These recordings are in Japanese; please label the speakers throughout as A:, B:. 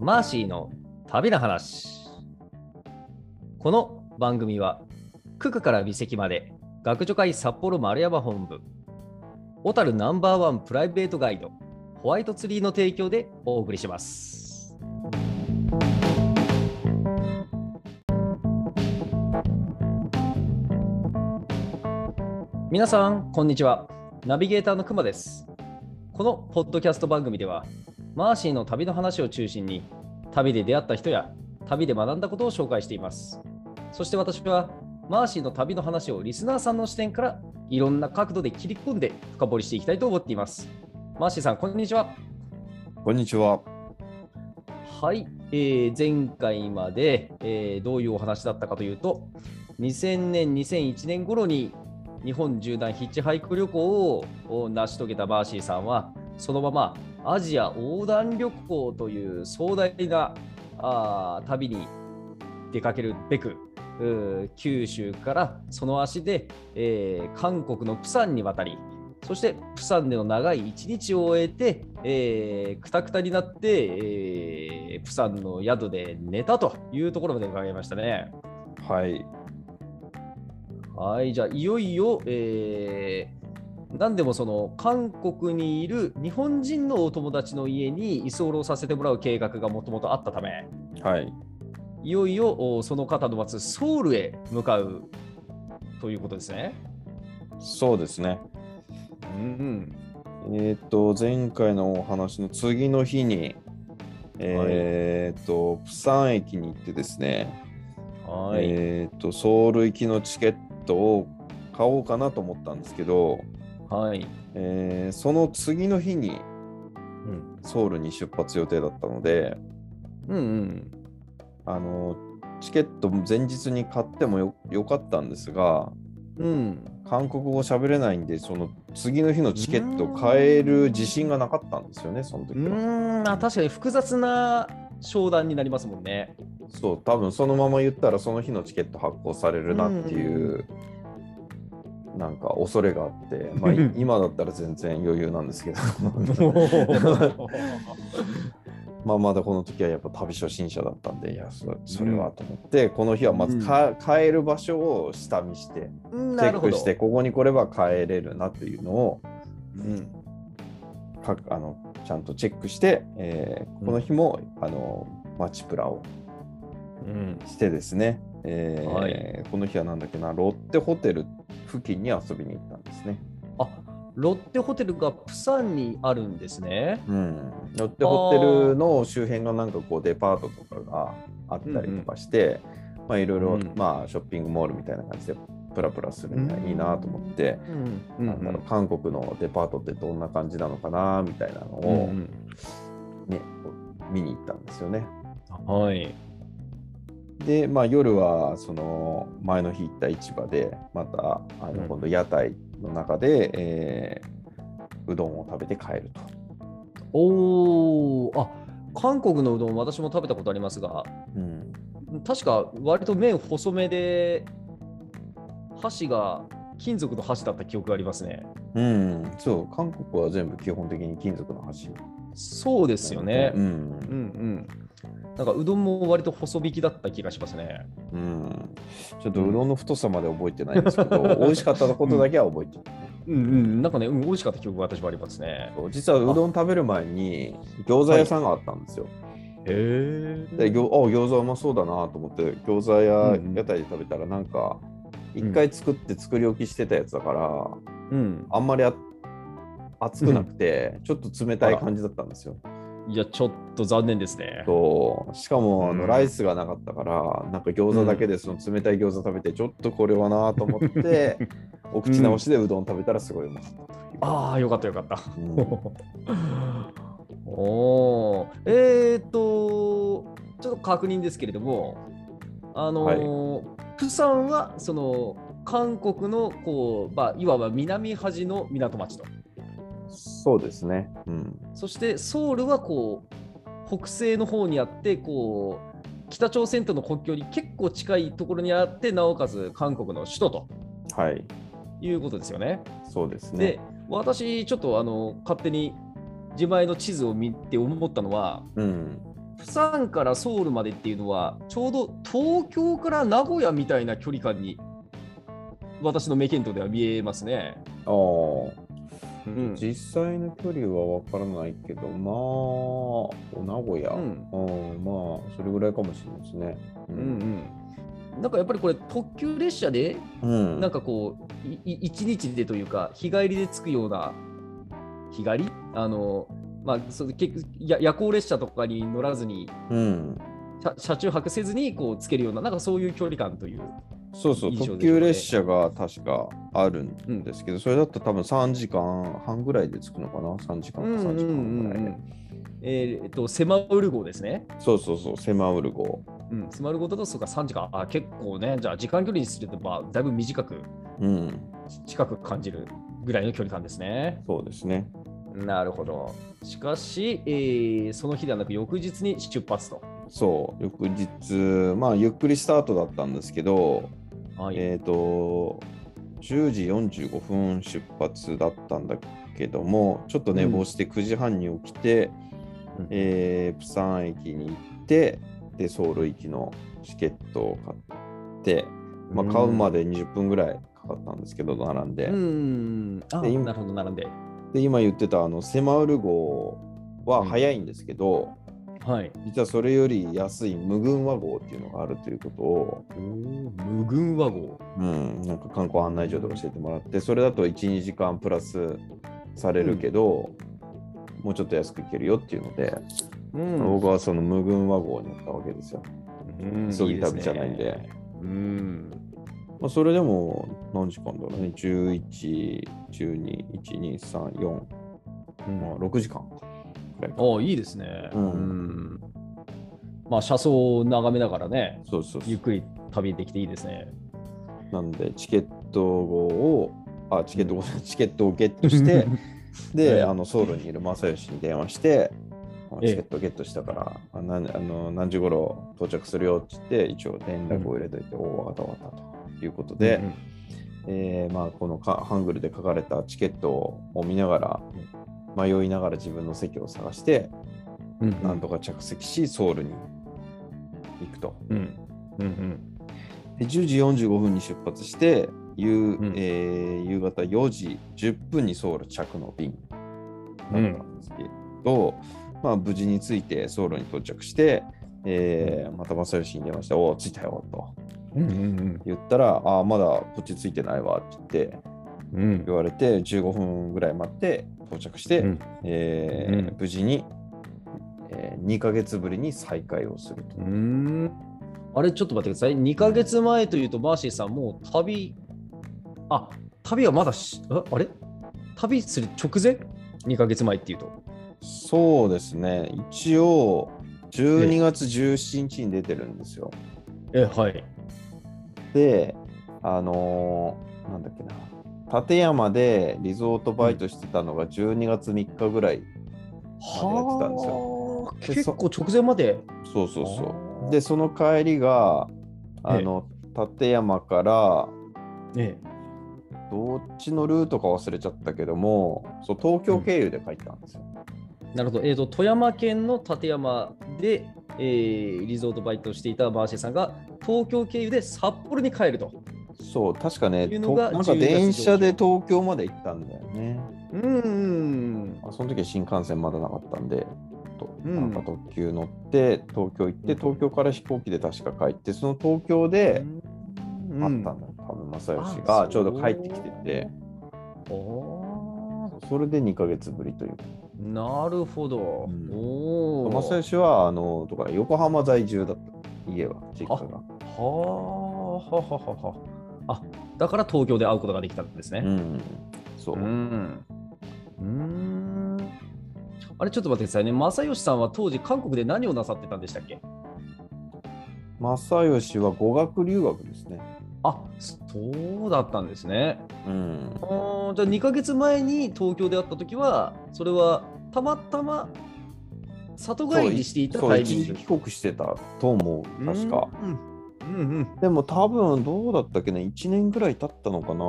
A: マーシーの旅の話この番組は九九から美籍まで学助会札幌丸山本部小樽ナンバーワンプライベートガイドホワイトツリーの提供でお送りします皆さんこんにちはナビゲーターのくまですこのポッドキャスト番組ではマーシーの旅の話を中心に旅で出会った人や旅で学んだことを紹介していますそして私はマーシーの旅の話をリスナーさんの視点からいろんな角度で切り込んで深掘りしていきたいと思っていますマーシーさんこんにちは
B: こんにちは。
A: はい、えー前回まで、えーどういうお話だったかというと2000年2001年頃に日本縦断ヒッチハイク旅行を成し遂げたバーシーさんはそのままアジア横断旅行という壮大なあー旅に出かけるべくうー九州からその足で、えー韓国のプサンに渡りそして、プサンでの長い一日を終えて、えー、くたくたになって、えー、プサンの宿で寝たというところまで伺いましたね。
B: はい。
A: はい、じゃあ、いよいよ、えー、何でもその韓国にいる日本人のお友達の家に居候させてもらう計画がもともとあったため、
B: はい。
A: いよいよおその方の待つソウルへ向かうということですね。
B: そうですね。
A: うん、
B: えーっと、前回のお話の次の日に、えーっと、プサン駅に行ってですね、
A: はい、
B: えーっと、ソウル行きのチケットを買おうかなと思ったんですけど、
A: はい、
B: えーその次の日に
A: うん、
B: ソウルに出発予定だったので、
A: うん、うん、
B: あの、チケット前日に買ってもよよかったんですが、
A: うん。
B: 韓国語喋れないんで、その次の日のチケットを買える自信がなかったんですよね、その
A: う
B: 時は。
A: ーんあ確かに複雑な商談になりますもんね。
B: そう、多分そのまま言ったら、その日のチケット発行されるなっていう、なんか恐れがあって、まあ、い今だったら全然余裕なんですけど、 まあまだこの時はやっぱ旅初心者だったんで、いや、そそれはと思って、この日はまずか買える場所を下見して、チ
A: な
B: ェ
A: る
B: ッ
A: ほ
B: ク
A: ど。
B: して、ここに来れば買えれるなっていうのを、
A: うん
B: かあのちゃんとチェックして、えーこの日も、あの街プラを
A: うん
B: してですね、えー
A: は
B: この日はなんだっけな、ロッテホテル付近に遊びに行ったんですね。
A: あロッテホテルがプサンにあるんですね。
B: うん、ロッテホテルの周辺のなんかこうデパートとかがあったりとかして、まあいろいろ、
A: うん
B: まあショッピングモールみたいな感じでプラプラするには
A: うん
B: いいなと思って、
A: うん
B: なんだろう韓国のデパートってどんな感じなのかなみたいなの
A: うん
B: を、ねこう見に行ったんですよね。
A: うんはい。
B: で、まあ、夜はその前の日行った市場でまたあ
A: う
B: の
A: ん
B: 今度屋台の中で、えーうどんを食べて帰ると。
A: おーあ韓国のうどん私も食べたことありますが
B: うん、
A: 確か割と麺細めで箸が金属の箸だった記憶がありますね。
B: うん、そう韓国は全部基本的に金属の箸で
A: そうですよね。
B: うん
A: うんうん。なんかうどんも割と細引きだった気がしますね。
B: うん、ちょっとうどんの太さまで覚えてないんです けど、美味しかったことだけは覚えてる、
A: うんうん。なんかね、うん、美味しかった記憶が私もありますね。
B: 実はうどん食べる前に餃子屋さんがあったんですよ。
A: へえ
B: で、餃あ餃子うまそうだなと思って餃子
A: う
B: 屋
A: んうん
B: 屋台で食べたらなんか一回作って作り置きしてたやつだから、
A: うん。
B: あんまりあ熱くなくてちょっと冷たい感じだったんですよ。
A: いや、ちょっと残念ですね。
B: としかもあ
A: うん
B: のライスがなかったから、なんか餃子だけでその冷たい餃子食べてちょっとこれはなと思 って、お口直しでうどん食べたらすごいうまかったという。
A: ああ、よかったよかった。
B: うん
A: おお。えー、っと、ちょっと確認ですけれども、あのープサンはその韓国のこう、まあ、いわば南端の港町と。
B: そうですね。うん。
A: そしてソウルはこう北西の方にあってこう北朝鮮との国境に結構近いところにあってなおかつ韓国の首都と
B: はい。
A: いうことですよね。
B: そうです
A: で
B: ね。
A: 私ちょっとあの勝手に自前の地図を見て思ったのは
B: うん。
A: 釜山からソウルまでっていうのは、ちょうど東京から名古屋みたいな距離感に、私の目見当では見えますね。
B: あー
A: うん
B: 実際の距離は分からないけど、まあ、名古屋、
A: う
B: うんんまあ、それぐらいかもしれないですね。う
A: うんうん、なんかやっぱりこれ、特急列車で、
B: うん
A: なんかこう、いい一日でというか、日帰りで着くような、日帰りあの、まあ、その結局や夜行列車とかに乗らずに、
B: うん、
A: 車車中泊せずにこうつけるような、なんかそういう距離感という。
B: そうそう、
A: 以上でしょう
B: 特
A: ね
B: 急列車が確かあるんですけど、それだと多分3時間半ぐらいで着くのかな、3時間か3時間ぐらいで。
A: えーえっと、セマウル号ですね。
B: そうそうそう、セマウル号。
A: うん、セマウル号だとそうか3時間。あ、結構ね、じゃあ時間距離にすればだいぶ短く、
B: うん、
A: ち近く感じるぐらいの距離感ですね。
B: そうですね。
A: なるほど。しかし、えーその日ではなく翌日に出発と。
B: そう、翌日、まあ、ゆっくりスタートだったんですけど、
A: はい。
B: えっ、と、10時45分出発だったんだけども、ちょっと寝坊して9時半に起きて、
A: うん
B: えープサン駅に行って、で、ソウル行きのチケットを買って、まあ、買うま
A: で。
B: で20分ぐらいかかったんですけど、並んで。
A: うん。あ、
B: で今
A: なるほど、並んで。
B: で、今言ってた、あの、セマウル号は早いんですけど、
A: はい。
B: 実はそれより安い無群和号っていうのがあるということを、
A: 無群和号。
B: うん、なんか観光案内所で教えてもらって、それだと1、2時間プラスされるけど、もうちょっと安く行けるよっていうので、
A: うん。
B: 僕はその無群和号に乗ったわけですよ。
A: うん
B: 急ぎ旅じゃないんで。。
A: すねうん。
B: まあ、それでも何時間だろうね、11、12、1、2、3、4、まあ、6時間くらいか。
A: ああ、いいですね。
B: うん
A: んまあ、車窓を眺めながらね、
B: そうそうそ
A: ゆっ
B: う。
A: くり旅できていいですね。
B: なんで、チケット号を、あ、チケット号、チケットをゲット して、で、
A: うん
B: あのソウルにいる正義に電話して、あ
A: ええ
B: チケットゲットしたから、あなんあの何時頃到着するよって言って、一応連絡を入れといて、おお、わかったわかったということで、えーまあ、このかハングルで書かれたチケットを見ながら、迷いながら自分の席を探して、
A: うん、う
B: なんとか着席し、ソウルに行くと。
A: うん。うん。
B: で10時45分に出発して、夕
A: ん
B: えー夕方4時10分にソウル着の便だったんですけど、まあ、無事に着いてソウルに到着して、えーまた正義に電話して「おお着いたよ」と
A: うん。うん。
B: 言ったら「ああまだこっち着いてないわ」って言って
A: うん。
B: 言われて15分ぐらい待って到着して、
A: うん
B: えー
A: うん
B: 無事に、え2ヶ月ぶりに再会をすると。
A: うん。あれ、ちょっと待ってください。2ヶ月前というと、マーシーさん、もう旅、あ、旅はまだし、ああれ旅する直前 ?2 ヶ月前っていうと。
B: そうですね、一応、12月17日に出てるんですよ。
A: え、はい。
B: で、あのーなんだっけな、立山でリゾートバイトしてたのが12月3日ぐらい、
A: は
B: やってたんです
A: あ。結構直前まで。
B: そうそう
A: あ
B: そ
A: ー
B: う。で、その帰りが、あの、立山から、
A: え
B: どっちのルートか忘れちゃったけども、そう東京経由で帰ったんですよ。
A: え、なるほど、えーと。富山県の立山で、えーリゾートバイトをしていたバーシーさんが東京経由で札幌に帰ると。
B: そう、確かね、
A: っていう
B: と
A: のが
B: なんか
A: 12月
B: 電車で東京まで行ったんだよね。
A: うーん。
B: あその時は新幹線まだなかったんで、と
A: うん
B: なんか特急乗って、東京行って、
A: うん
B: 東京から飛行機で確か帰って、その東京で
A: う
B: 会ったんだよ、多分正義が
A: あ
B: ちょうど帰ってきてて、
A: おお
B: それで2ヶ月ぶりという。
A: ーなるほど。
B: うん
A: おお。
B: 正義はあのとか横浜在住だった、家は、実家が。
A: はあはははは。あだから東京で会うことができたんですね。
B: うん、そう。
A: ん。うーん。あれ、ちょっと待ってくださいね。正義さんは当時、韓国で何をなさってたんでしたっけ
B: 正義は語学留学ですね。
A: あそうだったんですね。
B: うん
A: あ、ーじゃあ、2ヶ月前に東京で会った時は、それはたまたま里帰りしていた
B: そう
A: タイミ
B: 一
A: ン
B: 時
A: グ
B: 帰。国してたと思う、確か。
A: うん。うんうん
B: でも多分どうだったっけね1年ぐらい経ったのかな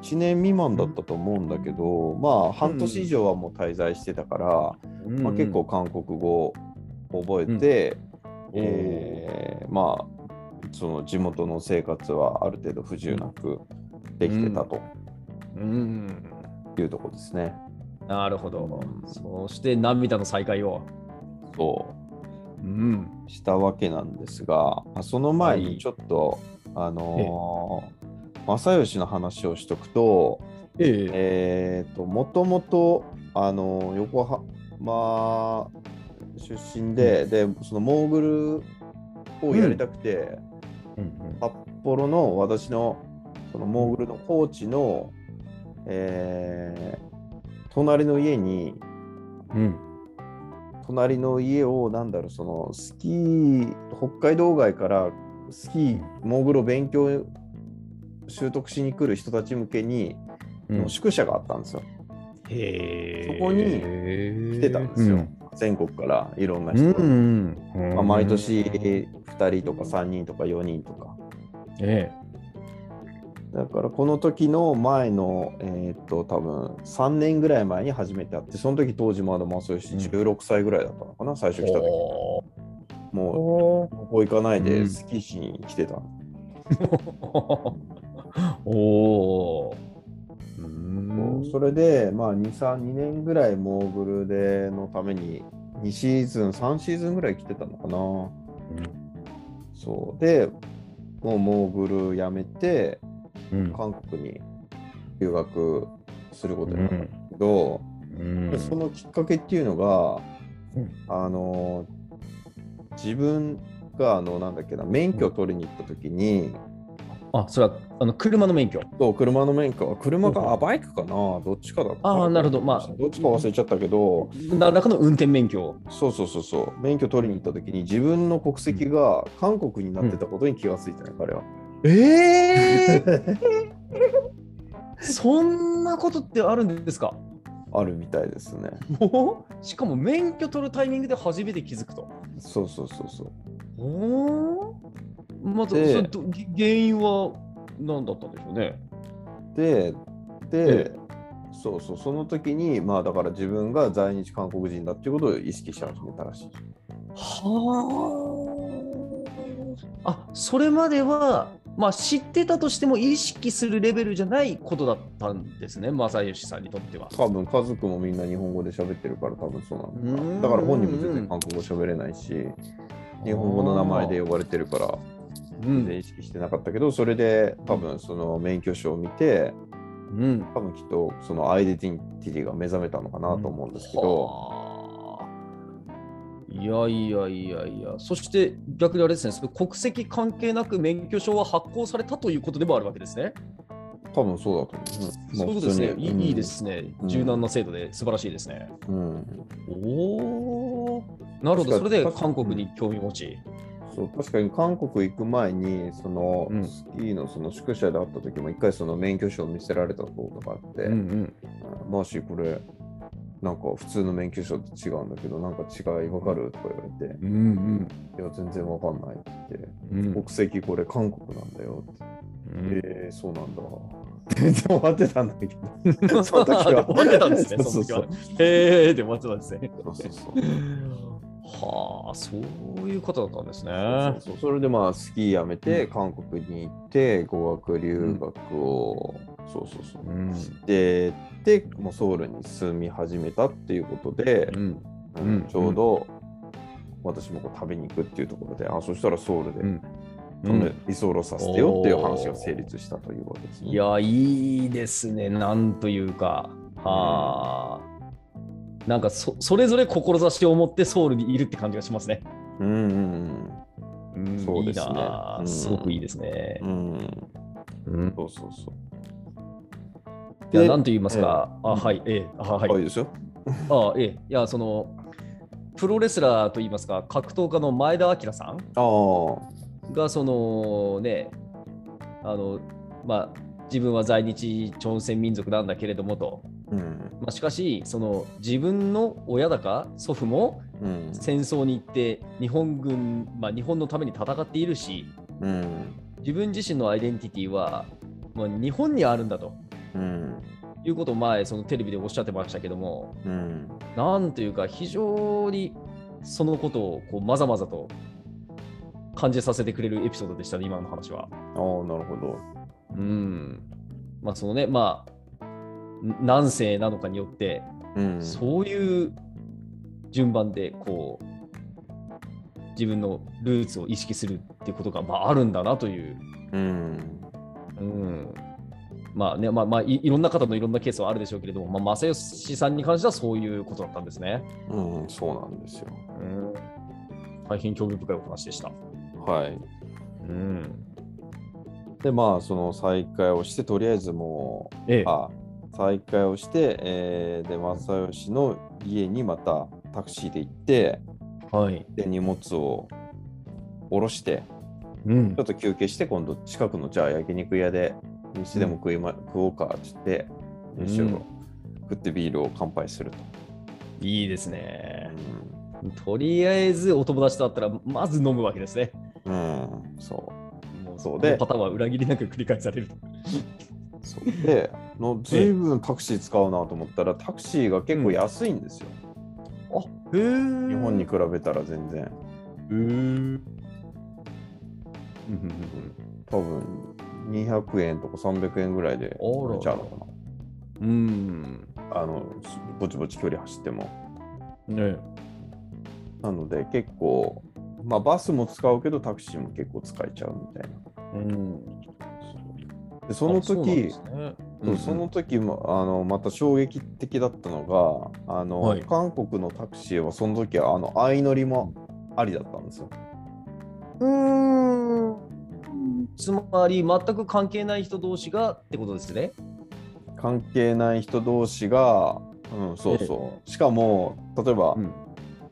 B: 1年未満だったと思うんだけど、まあ半年以上はもう滞在してたから、
A: うんうん
B: まあ、結構韓国語覚えて、えーまあその地元の生活はある程度不自由なくできてたと
A: うん、
B: いうところですね。
A: なるほど。そして涙の再会を。
B: そ
A: うん。
B: うしたわけなんですがあその前
A: はい
B: にちょっと、あのー正義の話をしとくと
A: ええ
B: えー、ともともとあの横浜出身で,、でそのモーグルをやりたくて、札幌の私のそのモーグルのコーチの、えー隣の家に
A: うん。
B: 隣の家をなんだろうそのスキー北海道外からスキーモーグルを勉強習得しに来る人たち向けに、の宿舎があったんですよ。
A: へえ。
B: そこに
A: 来
B: 来てたんですよ、全国からいろんな
A: う
B: 人
A: ん。
B: が、
A: うん
B: まあ、毎年。2人とか3人とか4人とか
A: ええ。
B: だからこの時の前のえーっと多分3年ぐらい前に初めて会ってその時当時まだ正義
A: うん
B: 16歳ぐらいだったのかな最初来た時
A: お
B: も
A: お
B: うここ行かない
A: うん
B: でスキーしに来てた、
A: おう。
B: もうんそれでまあ232年ぐらいモーグルでのために2シーズン3シーズンぐらい来てたのかなそうでもうモーグルやめて
A: うん
B: 韓国に留学することになったんだけど、
A: うん
B: そのきっかけっていうのが、
A: うん
B: あの自分があのなんだっけな免許取りに行った時に、
A: あ、それはあの車の免許。
B: そう車の免許は車
A: うん
B: かあバイクかなどっちかだった
A: あーなるほどまあ
B: どっちか忘れちゃったけど
A: 何らかの運転免許。
B: そうそうそうそう免許取りに行った時に自分の国籍が韓国になってたことに気がついたね、彼は。
A: ええそんなことってあるんですか
B: あるみたいですね。
A: もうしかも免許取るタイミングで初めて気づくと。
B: そうそうそうそう。
A: おまず、
B: で
A: それど原因は何だったんでしょうね。
B: でで
A: え、
B: そうそうその時にまあだから自分が在日韓国人だっていうことを意識し始めたらしい
A: はあ。あそれまでは、まあ、知ってたとしても意識するレベルじゃないことだったんですね、正義さんにとっては。
B: 多分家族もみんな日本語で喋ってるから多分そうな
A: うーん
B: のだから本人も全然韓国語喋れないし日本語の名前で呼ばれてるから
A: う
B: 全
A: ん
B: 然意識してなかったけどそれで多分その免許証を見て
A: うん、
B: 多分きっとそのアイデンティティが目覚めたのかなと思うんですけど、
A: はあいやいやいやいや、そして逆にあれですね、その国籍関係なく免許証は発行されたということでもあるわけですね。
B: 多分そうだと思う。
A: そういう
B: ま
A: こ
B: あ
A: とですね。
B: 普通
A: い
B: に
A: い,、
B: うん
A: いいですね。
B: うん
A: 柔軟な制度で素晴らしいですね。
B: うん
A: おお。なるほど、そ
B: 確か
A: れ
B: に
A: で韓国に興味持ち。
B: そう確かに韓国行く前にその、
A: うん
B: スキーのその宿舎で会った時も一回その免許証を見せられたことがあって、
A: ん
B: マーシーこれなんか普通の免許証と違うんだけどなんか違いわかるとか言われて
A: うんうん
B: いや全然わかんないって言って
A: うん
B: 国籍これ韓国なんだよって、
A: うん
B: えー、そうなんだ全然終わってたんだけどその時は
A: 終わってたん ですね、そ
B: そ
A: の
B: う
A: 時
B: そう
A: は。へえーで終わってたんですね。
B: そうそうそう
A: はあ、そういうことだったんですね。
B: そうそうそれでまあスキーやめて、韓国に行って語学留学を、そうそうそう
A: うん
B: ででもうソウルに住み始めたっていうことで、
A: うん
B: あ
A: うん
B: のちょうど私もこう旅に行くっていうところで、あそしたらソウルで、
A: うん
B: その居候させてよっていう話が成立したというわけです、ね。
A: いや、いいですね、なんというか。はあ、なんかそ、それぞれ志を持ってソウルにいるって感じがしますね。
B: うんうん
A: うん
B: そうですね
A: いいなあ
B: うん
A: すごくいいですね
B: う。ん、うん、
A: うん
B: そうそうそう。
A: いや
B: で
A: なんと言いますか、あはい、ええ、あはい、
B: あいいですよ。
A: あええ、いや、その、プロレスラーと言いますか、格闘家の前田明さん
B: ああ、
A: が、そのね、あの、まあ、自分は在日朝鮮民族なんだけれどもと、
B: うん、
A: まあ、しかし、その自分の親だか祖父も
B: うん、
A: 戦争に行って日本軍、まあ、日本のために戦っているし
B: うん、
A: 自分自身のアイデンティティは、まあ、日本にあるんだと
B: うん、
A: いうことを前そのテレビでおっしゃってましたけども
B: うん、
A: なんというか非常にそのことをこうまざまざと感じさせてくれるエピソードでしたね、今の話は。
B: ああ、なるほど。
A: うん。まあ、そのね、まあ、ん何世なのかによって、
B: うん。
A: そういう順番で、こう、自分のルーツを意識するっていうことが、まあ、あるんだなという。
B: うん。
A: うん。まあね、まあ、まあい、いろんな方のいろんなケースはあるでしょうけれども、まあ、正義さんに関してはそういうことだったんですね。
B: うん、そうなんですよ。
A: うん。大変興味深いお話でした。
B: はい。
A: うん。
B: で、まあ、その再会をして、とりあえずもう、
A: ええ。
B: あ再会をして、えーで、正義の家にまたタクシーで行って、
A: はい。
B: で、荷物を下ろして、
A: うん
B: ちょっ。と休憩して、今度近くのじゃあ焼肉屋で飯でも食い、ま食おうかって言って、
A: うん
B: 飯を食ってビールを乾杯すると。
A: いいですね。
B: う
A: とりあえずお友達と会ったら、まず飲むわけですね。
B: ん、うんそ
A: もう
B: そう
A: こ
B: で
A: のパターンは裏切りなく繰り返される。
B: う。そうで、のずいぶんタクシー使うなと思ったら、タクシーが結構安いんですよ。
A: あへえ。
B: 日本に比べたら全然。
A: うん。
B: 多分200円とか300円ぐらいで
A: あら
B: 乗れちゃうのか
A: うん。
B: な。あの、ぼちぼち距離走っても。
A: ね
B: なので、結構、まあ、バスも使うけど、タクシーも結構使えちゃうみたいな。
A: うん。
B: でそ
A: あ
B: の
A: うなんで
B: 時
A: すね
B: そうその時もあのまた衝撃的だったのがあの、
A: はい
B: 韓国のタクシーはその時はあの相乗りもありだったんですよ。
A: うん。うんつまり全く関係ない人同士がってことですね。
B: 関係ない人同士が、うん、そうそうしかも例えば、
A: ん。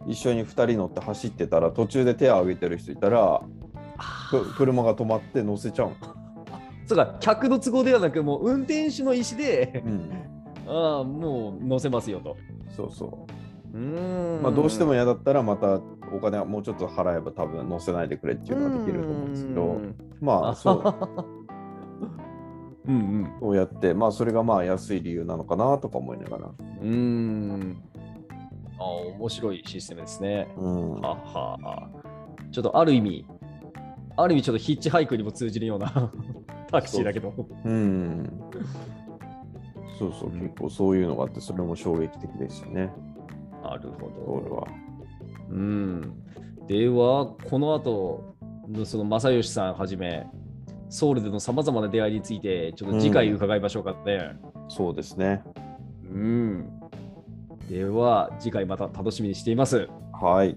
B: 一緒に2人乗って走ってたら途中で手を挙げてる人いたらく車が止まって乗せちゃうの。
A: そうか客の都合ではなくもう運転手の意思で
B: うん、
A: ああもう乗せますよと。
B: そうそうう、
A: ん
B: まあ、どうしても嫌だったらまたお金はもうちょっと払えば多分乗せないでくれっていうのができると思うんですけど ま あそう。
A: うんうん
B: そうやって、まあ、それがまあ安い理由なのかなとか思いながら。
A: うーんああ面白いシステムですね。
B: うん
A: ははちょっとある意味ある意味ちょっとヒッチハイクにも通じるような タクシーだけど。
B: うん、そうそう、
A: うん
B: 結構そういうのがあって、それも衝撃的でしたね、
A: なるほど。
B: 俺は。
A: うん、ではこの後のその正義さんはじめソウルでのさまざまな出会いについてちょっと次回伺いましょうかね。
B: そうですね。
A: うん、では次回また楽しみにしています。
B: はい、